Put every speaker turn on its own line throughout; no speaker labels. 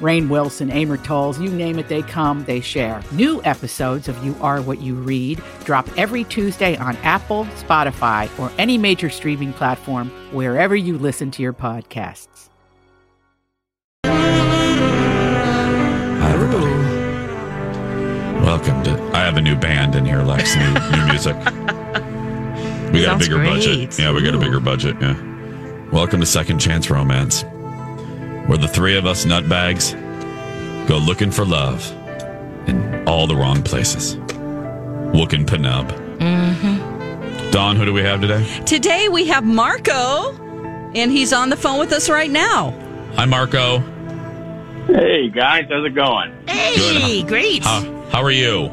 Rain Wilson, Amor Tolls, you name it, they come, they share. New episodes of You Are What You Read drop every Tuesday on Apple, Spotify, or any major streaming platform wherever you listen to your podcasts.
Hi, everybody. Welcome to. I have a new band in here, Lex. New, new music. We got a
Sounds
bigger budget.
great.
Yeah, we got a
Ooh.
bigger budget. Yeah. Welcome to Second Chance Romance, where the three of us nutbags go looking for love in all the wrong places. Looking penub. Mm-hmm.
Mm-hmm.
Don, who do we have today?
Today we have Marco, and he's on the phone with us right now.
Hi, Marco.
Hey guys, how's it going?
Hey, great.
How, how are you?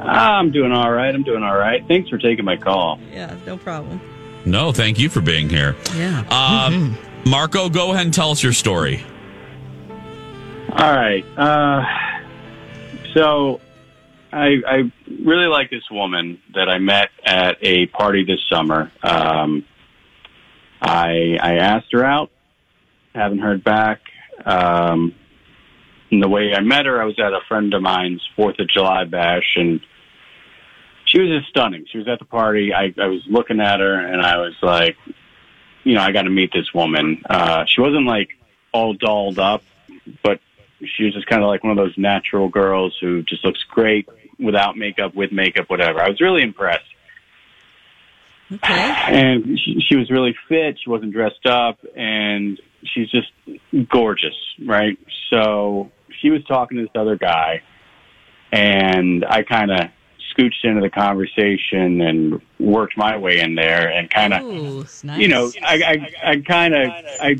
I'm doing all right. I'm doing all right. Thanks for taking my call.
Yeah, no problem.
No, thank you for being here.
Yeah. Mm-hmm.
Um, Marco, go ahead and tell us your story.
All right. Uh, so I, I really like this woman that I met at a party this summer. Um, I I asked her out, haven't heard back. Um, and the way I met her, I was at a friend of mine's Fourth of July bash, and she was just stunning. She was at the party. I, I was looking at her, and I was like, you know, I got to meet this woman. Uh, she wasn't like all dolled up, but she was just kind of like one of those natural girls who just looks great without makeup, with makeup, whatever. I was really impressed.
Okay.
And she, she was really fit. She wasn't dressed up, and she's just gorgeous, right? So she was talking to this other guy, and I kind of scooched into the conversation and worked my way in there and kind of
Ooh, nice.
you know, I, I, I kind of, I,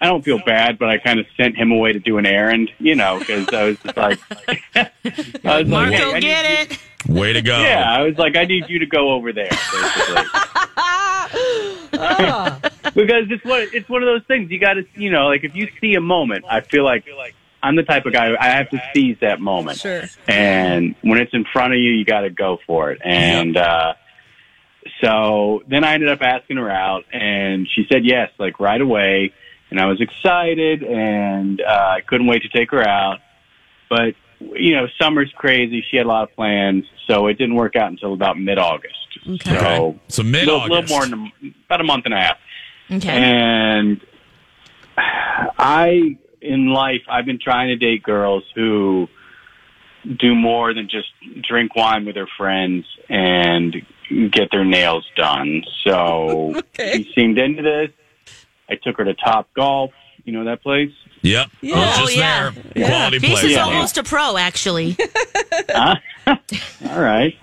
I don't feel bad, but I kind of sent him away to do an errand, you know, because I was just like, I was like, hey, I need you-
it.
Way to go.
Yeah, I was like, I need you to go over there, basically. because it's one, it's one of those things you got to, you know, like if you see a moment, I feel like I'm the type of guy who I have to seize that moment.
Sure.
And when it's in front of you, you got to go for it. And uh, so then I ended up asking her out, and she said yes, like right away. And I was excited, and uh, I couldn't wait to take her out. But you know, summer's crazy. She had a lot of plans, so it didn't work out until about mid-August.
Okay.
So
So mid
little,
August.
little more than a- about a month and a half.
Okay.
And I, in life, I've been trying to date girls who do more than just drink wine with their friends and get their nails done. So
Okay.
she seemed into this. I took her to Top Golf. You know that place?
Yep.
Yeah.
I was
Oh,
just
yeah.
there. Quality
Jason's
play.
Yeah.
almost a pro, actually.
Huh? All right.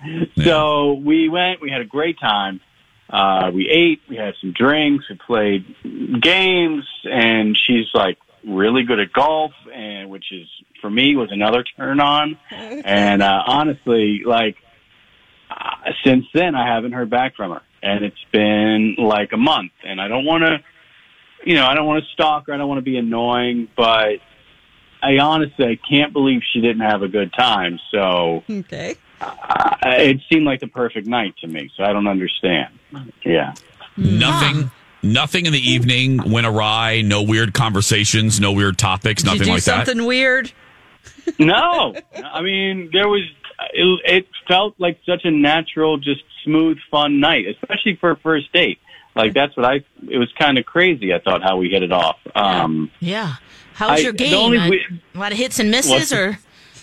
So we went. We had a great time. Uh, we ate. We had some drinks. We played games, and she's like really good at golf, and which is for me was another turn on. And uh, honestly, like uh, since then, I haven't heard back from her, and it's been like a month. And I don't want to, you know, I don't want to stalk her. I don't want to be annoying, but I honestly I can't believe she didn't have a good time. So
Okay.
uh, it seemed like the perfect night to me. So I don't understand. Yeah.
Nothing. Nothing in the evening went awry. No weird conversations. No weird topics.
Did you
Nothing
do
like
something weird?
No, I mean there was. It, it felt like such a natural, just smooth, fun night, especially for a first date. Like that's what I. It was kind of crazy. I thought how we hit it off. Um,
Yeah. How was
I-
your
the
game?
only
Uh,
wi-
a lot of hits and misses,
What's-
or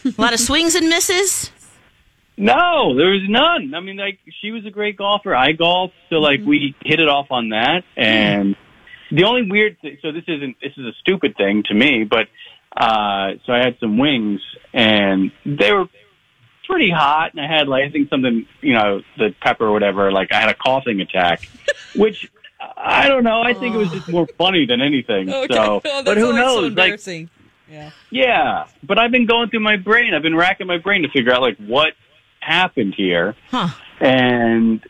a lot of swings and misses?
No, there was none. I
Mm-hmm.
mean, like she was a great golfer. I golfed, so like we hit it off on that, and the only weird thing. So this isn't. This is a stupid thing to me, but uh, so I had some wings, and they were pretty hot, and I had like I think something, you know, the pepper or whatever. Like I had a coughing attack, which I don't know. I think it was just more funny than anything. So,
Oh,
but
that's
who
always So
knows? like,
embarrassing. yeah.
yeah, but I've been going through my brain. I've been racking my brain to figure out like what happened here,
Huh.
and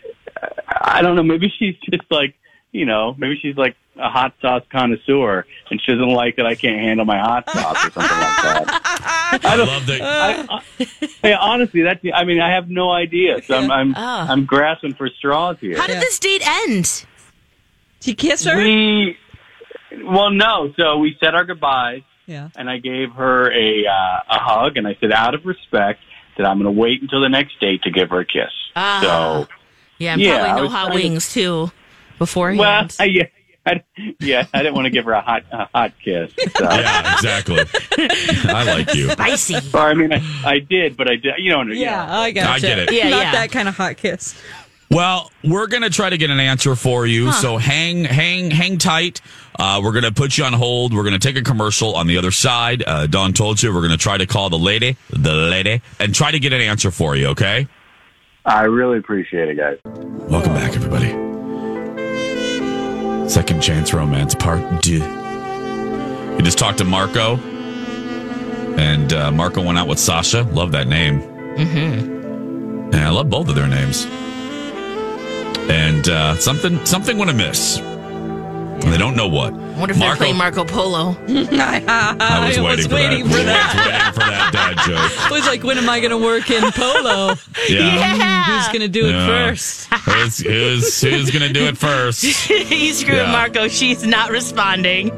uh, I don't know. Maybe she's just like you know, maybe she's like a hot sauce connoisseur, and she doesn't like that I can't handle my hot sauce or something like that.
I love that.
I, I, hey, honestly, that's I mean, I have no idea. So I'm I'm, I'm grasping for straws here.
How did this date end?
Did you kiss her?
We well, no. So we said our goodbyes.
yeah.
and I gave her a uh, a hug, and I said, out of respect, that I'm going to wait until the next date to give her a kiss.
Ah.
so,
Yeah, and
Yeah, I
probably no
was
hot
trying to-
wings too. Beforehand.
well, I, yeah, I, yeah, I didn't want to give her a hot a hot kiss. So.
Yeah, exactly. I like you.
spicy.
Or I mean, I, I did, but I did, you know, yeah.
Yeah, I got
I get it.
Yeah,
Not
yeah.
that kind of hot kiss.
Well, we're gonna try to get an answer for you. So hang, hang, hang tight. Uh, we're gonna put you on hold. We're gonna take a commercial on the other side. Uh, Don told you we're gonna try to call the lady, the lady, and try to get an answer for you. Okay.
I really appreciate it, guys.
Welcome back, everybody. Second Chance Romance Part 2. We just talked to Marco, and uh, Marco went out with Sasha. Love that name. Mm-hmm. And I love both of their names. And uh, something something went amiss. And they don't know what.
I wonder if they're playing Marco Polo.
I was waiting,
I was waiting
for
for
that. I was waiting for that dad joke.
I was like, when am I going to work in polo?
Yeah.
Who's going to do
Yeah.
it first?
Who's, who's, who's going to do it first?
He's screwing
Yeah.
Marco. She's not responding.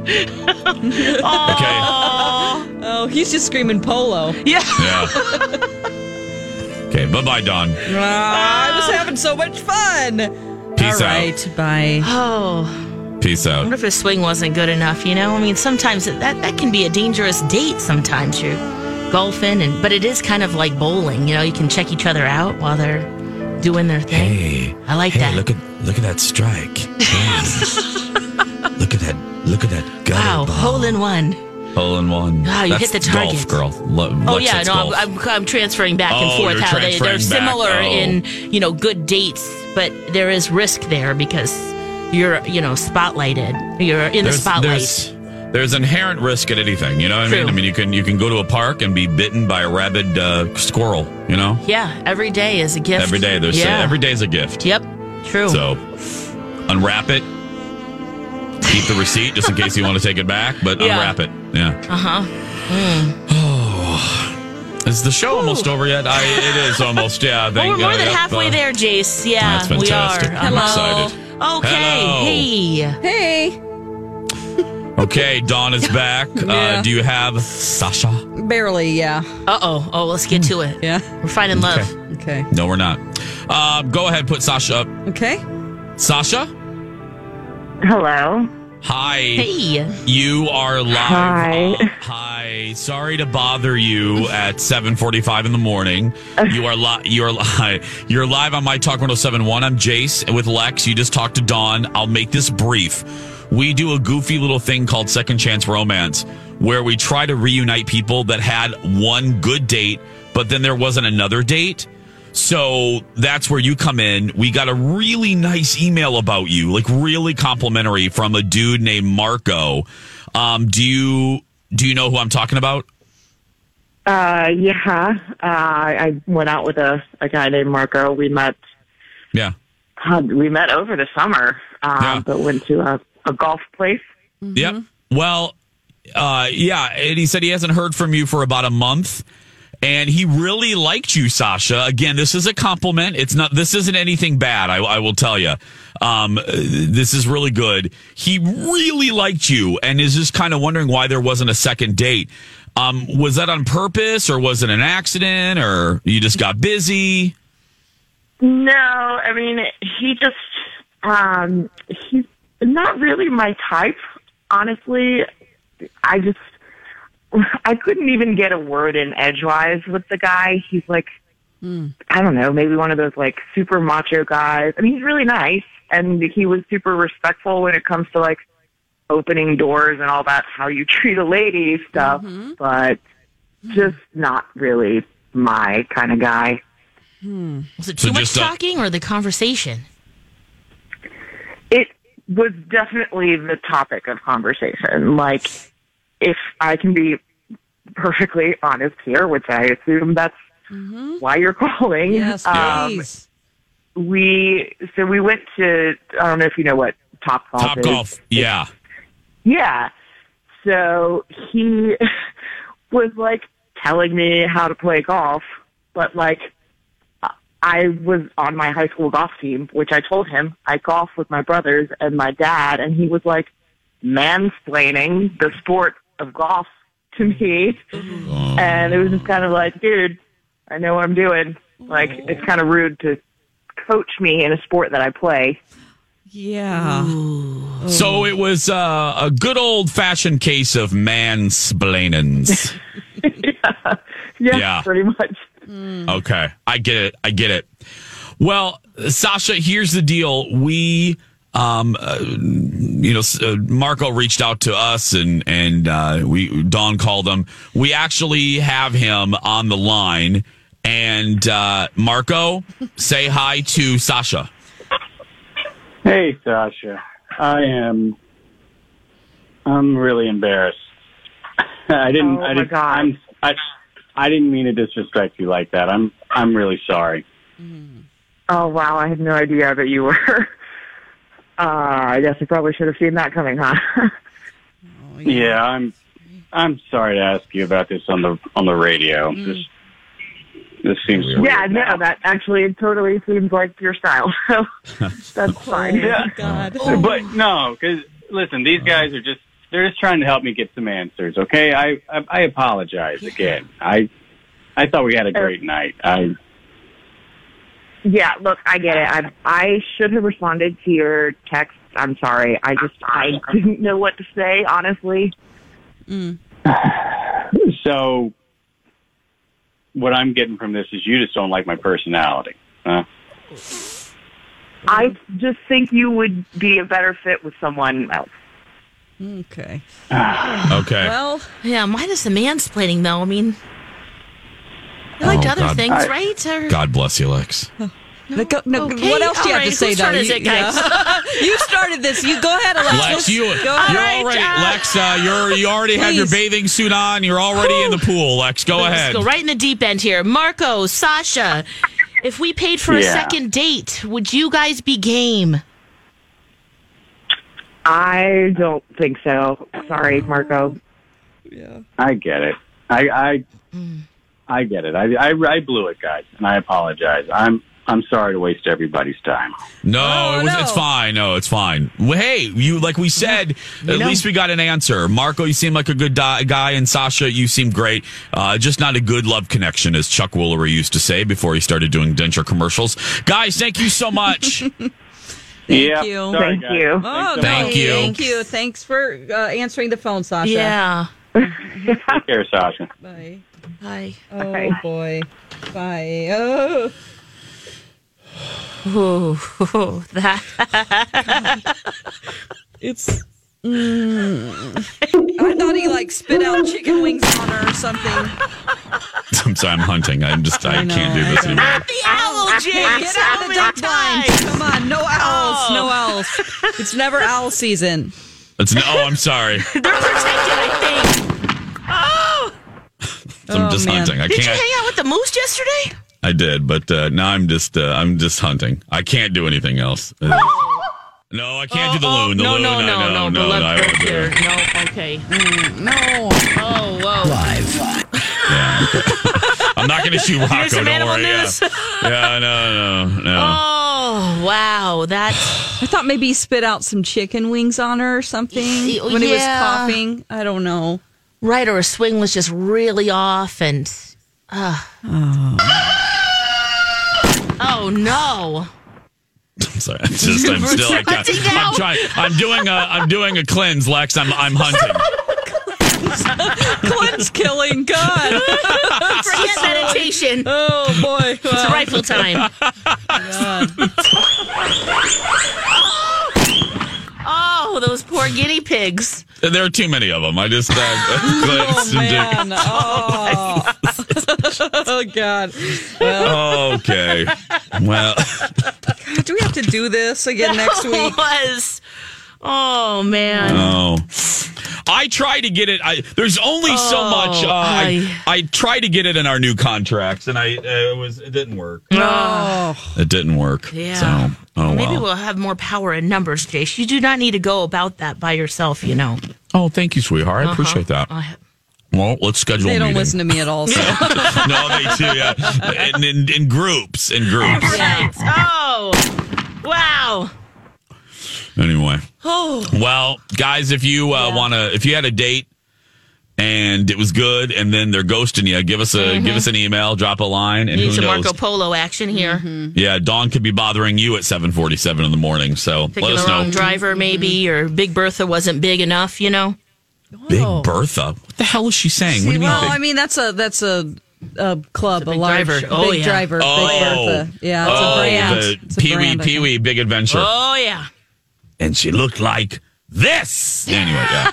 Aw.
Oh, he's just screaming polo.
Yeah.
Yeah. okay, bye bye, Don.
Ah, I was having so much fun.
Peace
All right, bye.
Oh,
out. Peace
I
out.
wonder if his swing wasn't good enough. You know, I mean, sometimes that that can be a dangerous date. Sometimes you're golfing, and but it is kind of like bowling. You know, you can check each other out while they're doing their thing. I like that.
at look at that strike. look at that look at that gutter
wow, hole in one.
Hole in one.
Wow, you
That's
hit the
Golf
target.
girl. Lo-
Oh
Lex
yeah,
hits
no,
golf.
I'm, I'm, I'm transferring back and
Oh,
forth.
you're
how they they're
transferring back.
similar
Oh.
in you know good dates, but there is risk there because you're you know spotlighted. You're in the spotlight.
There's, there's inherent risk at anything. You know what I mean?
True.
I mean, you can you can go to a park and be bitten by a rabid uh, squirrel. You know,
yeah, every day is a gift.
every day there's
yeah.
every day's a gift.
Yep, true.
So unwrap it. Keep the receipt just in case you want to take it back, but
Yeah.
unwrap it. Yeah. Oh.
Uh huh.
Is the show almost over yet? I, it is almost. Yeah.
Well,
thank-
we're more
uh,
than
yep,
halfway
uh,
there, Jace. Yeah,
That's fantastic.
we are.
I'm
Hello.
excited.
Okay.
Hello.
Hey.
Hey,
Okay, Dawn is back. uh,
Yeah.
do you have Sasha?
barely. Yeah,
Uh oh. Oh, let's
Hmm.
get to it.
yeah.
We're finding love.
Okay,
No, we're not. Uh, go ahead, put Sasha up.
okay.
Sasha,
Hello.
hi.
Hey.
You are live.
Hi.
Uh, hi. Sorry to bother you at 7:45 in the morning. You are li- you are li- you're live on my Talk 1071. I'm Jace with Lex. You just talked to Dawn. I'll make this brief. We do a goofy little thing called Second Chance Romance where we try to reunite people that had one good date, but then there wasn't another date. So that's where you come in. We got a really nice email about you, like really complimentary from a dude named Marco. Um, do you do you know who I'm talking about?
Uh, yeah. Uh, I went out with a, a guy named Marco. We met
Yeah.
God, we met over the summer, um,
Yeah.
but went to a, a golf place.
Yep. Well, uh, yeah, and he said he hasn't heard from you for about a month. And he really liked you, Sasha. Again, this is a compliment. It's not. This isn't anything bad. I, I will tell you. Um, uh, this is really good. He really liked you, and is just kind of wondering why there wasn't a second date. Um, was that on purpose, or was it an accident, or you just got busy?
No, I mean he just um, he's not really my type. Honestly, I just I couldn't even get a word in edgewise with the guy. He's like I don't know, maybe one of those like super macho guys. I mean, he's really nice and he was super respectful when it comes to like opening doors and all that, how you treat a lady stuff, but just not really my kind of guy.
Was it
So
too much
just uh, a-
talking or the conversation?
It was definitely the topic of conversation. Like, if I can be perfectly honest here, which I assume that's why you're calling.
Mm-hmm. Yes,
um,
please.
we so we went to I don't know if you know what Top Golf
Top
is.
golf. Yeah.
Yeah. So he was like telling me how to play golf, but like I was on my high school golf team, which I told him I golf with my brothers and my dad, and he was like mansplaining the sport of golf to me, and it was just kind of like, dude, I know what I'm doing. Like it's kind of rude to coach me in a sport that I play.
yeah. Oh,
So it was uh, a good old fashioned case of mansplainings. Yeah.
yeah. pretty much.
Okay. I get it. I get it. Well, Sasha, here's the deal. We, um, uh, you know, s- uh, Marco reached out to us and, and, uh, we, Don called him. We actually have him on the line. And, uh, Marco, say hi to Sasha.
Hey, Sasha. I am. I'm really embarrassed. I didn't.
Oh,
I
my
didn't,
God.
I'm, I, I didn't mean to disrespect you like that. I'm. I'm really sorry.
Oh wow, I had no idea that you were. Uh, I guess I probably should have seen that coming, huh? Oh,
Yeah, I'm. I'm sorry to ask you about this on the on the radio. This. This seems.
Mm. yeah, no, that actually it totally seems like your style. So that's fine.
Oh, Yeah.
God.
But no, because listen, these guys are just. They're just trying to help me get some answers. Okay, I I, I apologize again. I. I thought we had a great night. I.
Yeah, look, I get it. I I should have responded to your text. I'm sorry. I just I didn't know what to say, honestly.
So, what I'm getting from this is you just don't like my personality. Huh?
I just think you would be a better fit with someone else.
Okay.
Okay.
Well,
Yeah, minus the mansplaining though. I mean, I liked
Oh,
other
God.
things,
I-
right? Or,
God bless you, Lex.
no, no,
Okay,
what else do you
all
have
right,
to say,
whose
though?
turn is
You-
it, guys?
you started this. You go ahead, Alex.
Lex, you, you're
go ahead.
already, Lex, uh, you're, you already have your
Please.
bathing suit on. You're already in the pool, Lex. Go
Let's
ahead.
go right in the deep end here. Marco, Sasha, if we paid for a
Yeah.
second date, would you guys be game?
I don't think so. Sorry, Marco.
I get it. I I, I get it. I, I I blew it, guys, and I apologize. I'm I'm sorry to waste everybody's time.
No,
Oh,
it was,
no.
it's fine. No, it's fine. Well, hey, you like we said, at least we got an answer. Marco, you seem like a good di- guy, and Sasha, you seem great. Uh, just not a good love connection, as Chuck Woolery used to say before he started doing denture commercials. Guys, thank you so much.
Yeah,
you.
sorry,
Thank
guys.
you.
Oh,
Thanks
Thank
so much.
thank
you.
you. Thank you. Thanks for uh, answering the phone, Sasha.
Yeah.
Take care, Sasha.
Bye.
Bye.
Oh,
Okay.
boy. Bye. Oh.
Ooh, that.
It's. mm. I thought he like spit out chicken wings on her or something.
I'm sorry, I'm hunting. I'm just, I,
I know,
can't do this
I
anymore.
The owl, Jake.
Get out of the duck blind. Come on, no owls, no
Oh.
owls. It's never owl season.
It's, no, oh, I'm sorry.
They're protected, I think. Oh,
I'm
Oh,
just
man.
hunting. I
did you
can't.
hang out with the moose yesterday?
I did, but uh, now I'm just, uh, I'm just hunting. I can't do anything else. Uh, no, I can't do the
Oh,
loon. The
no,
loon,
no,
I-
no, no,
no,
the
I
left
won't
right
do
here.
it.
No, okay. Mm, no. Oh, whoa.
I'm not going to shoot Rocco.
some
Don't
animal
worry. Yeah.
news.
yeah, no, no, no.
Oh, wow. That's
I thought maybe he spit out some chicken wings on her or something
Y-
when he was
yeah.
coughing. I don't know.
right. Or a swing was just really off and. Uh. Oh, no.
I'm sorry. I'm just. I'm still. I can't-
hunting now?
I'm trying. I'm doing a. I'm doing a cleanse, Lex. I'm. I'm hunting.
Glenn's killing. God.
Forget meditation. It's
Oh, boy. Wow.
rifle time. oh, know those poor guinea pigs.
There are too many of them. I just uh,
Oh,
glanced and did-
Man, oh, oh God.
Okay. Well,
Do we have to do this again next week?
was. Oh man.
oh. I try to get it. I, there's only so much. Uh, I, I try to get it in our new contracts, and I uh, it was it didn't work.
Oh,
It didn't work.
Yeah.
So oh
Maybe
well.
we'll have more power in numbers, Jace. You do not need to go about that by yourself, you know.
Oh, thank you, sweetheart. I appreciate
Oh,
that.
I-
Well, let's schedule.
they
a
don't
meeting.
listen to me at all. So.
no, they do. Yeah, in, in, in groups. In groups.
Right. Oh. Wow.
Anyway.
Oh.
Well, guys, if you uh, want to, if you had a date and it was good, and then they're ghosting you, give us a give us an email, drop a line, and
Need
who
some
knows?
Marco Polo action here.
Yeah, Dawn could be bothering you at seven forty seven in the morning. So
Picking
let
the
us
wrong
know.
driver, maybe, or Big Bertha wasn't big enough, you know.
Big Bertha, what the hell is she saying? what do you mean?
well,
Big-
I mean that's a that's a, a club, a,
big
large
driver. Oh,
big
yeah.
driver, Big Bertha. Yeah, it's
oh,
a brand.
the
It's a
Pee Wee
brand, I think.
Pee Wee Big Adventure,
Oh yeah.
and she looked like this. Anyway, yeah.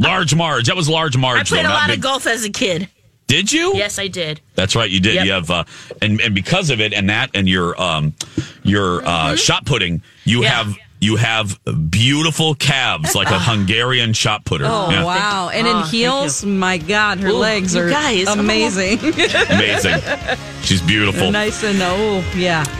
Large Marge. That was Large Marge.
I played
though,
a
not
lot
Big-
of golf as a kid.
Did you?
Yes, I did.
That's right, you did.
Yep.
You have, uh, and and because of it, and that, and your um, your uh, shot putting, you
Yeah.
have you have beautiful calves like a Hungarian shot putter.
Oh
Yeah.
wow! And in
Oh, thank
heels, my God, her
Ooh,
legs
you
are
guys, I'm all-
amazing,
amazing! She's beautiful.
nice and oh yeah.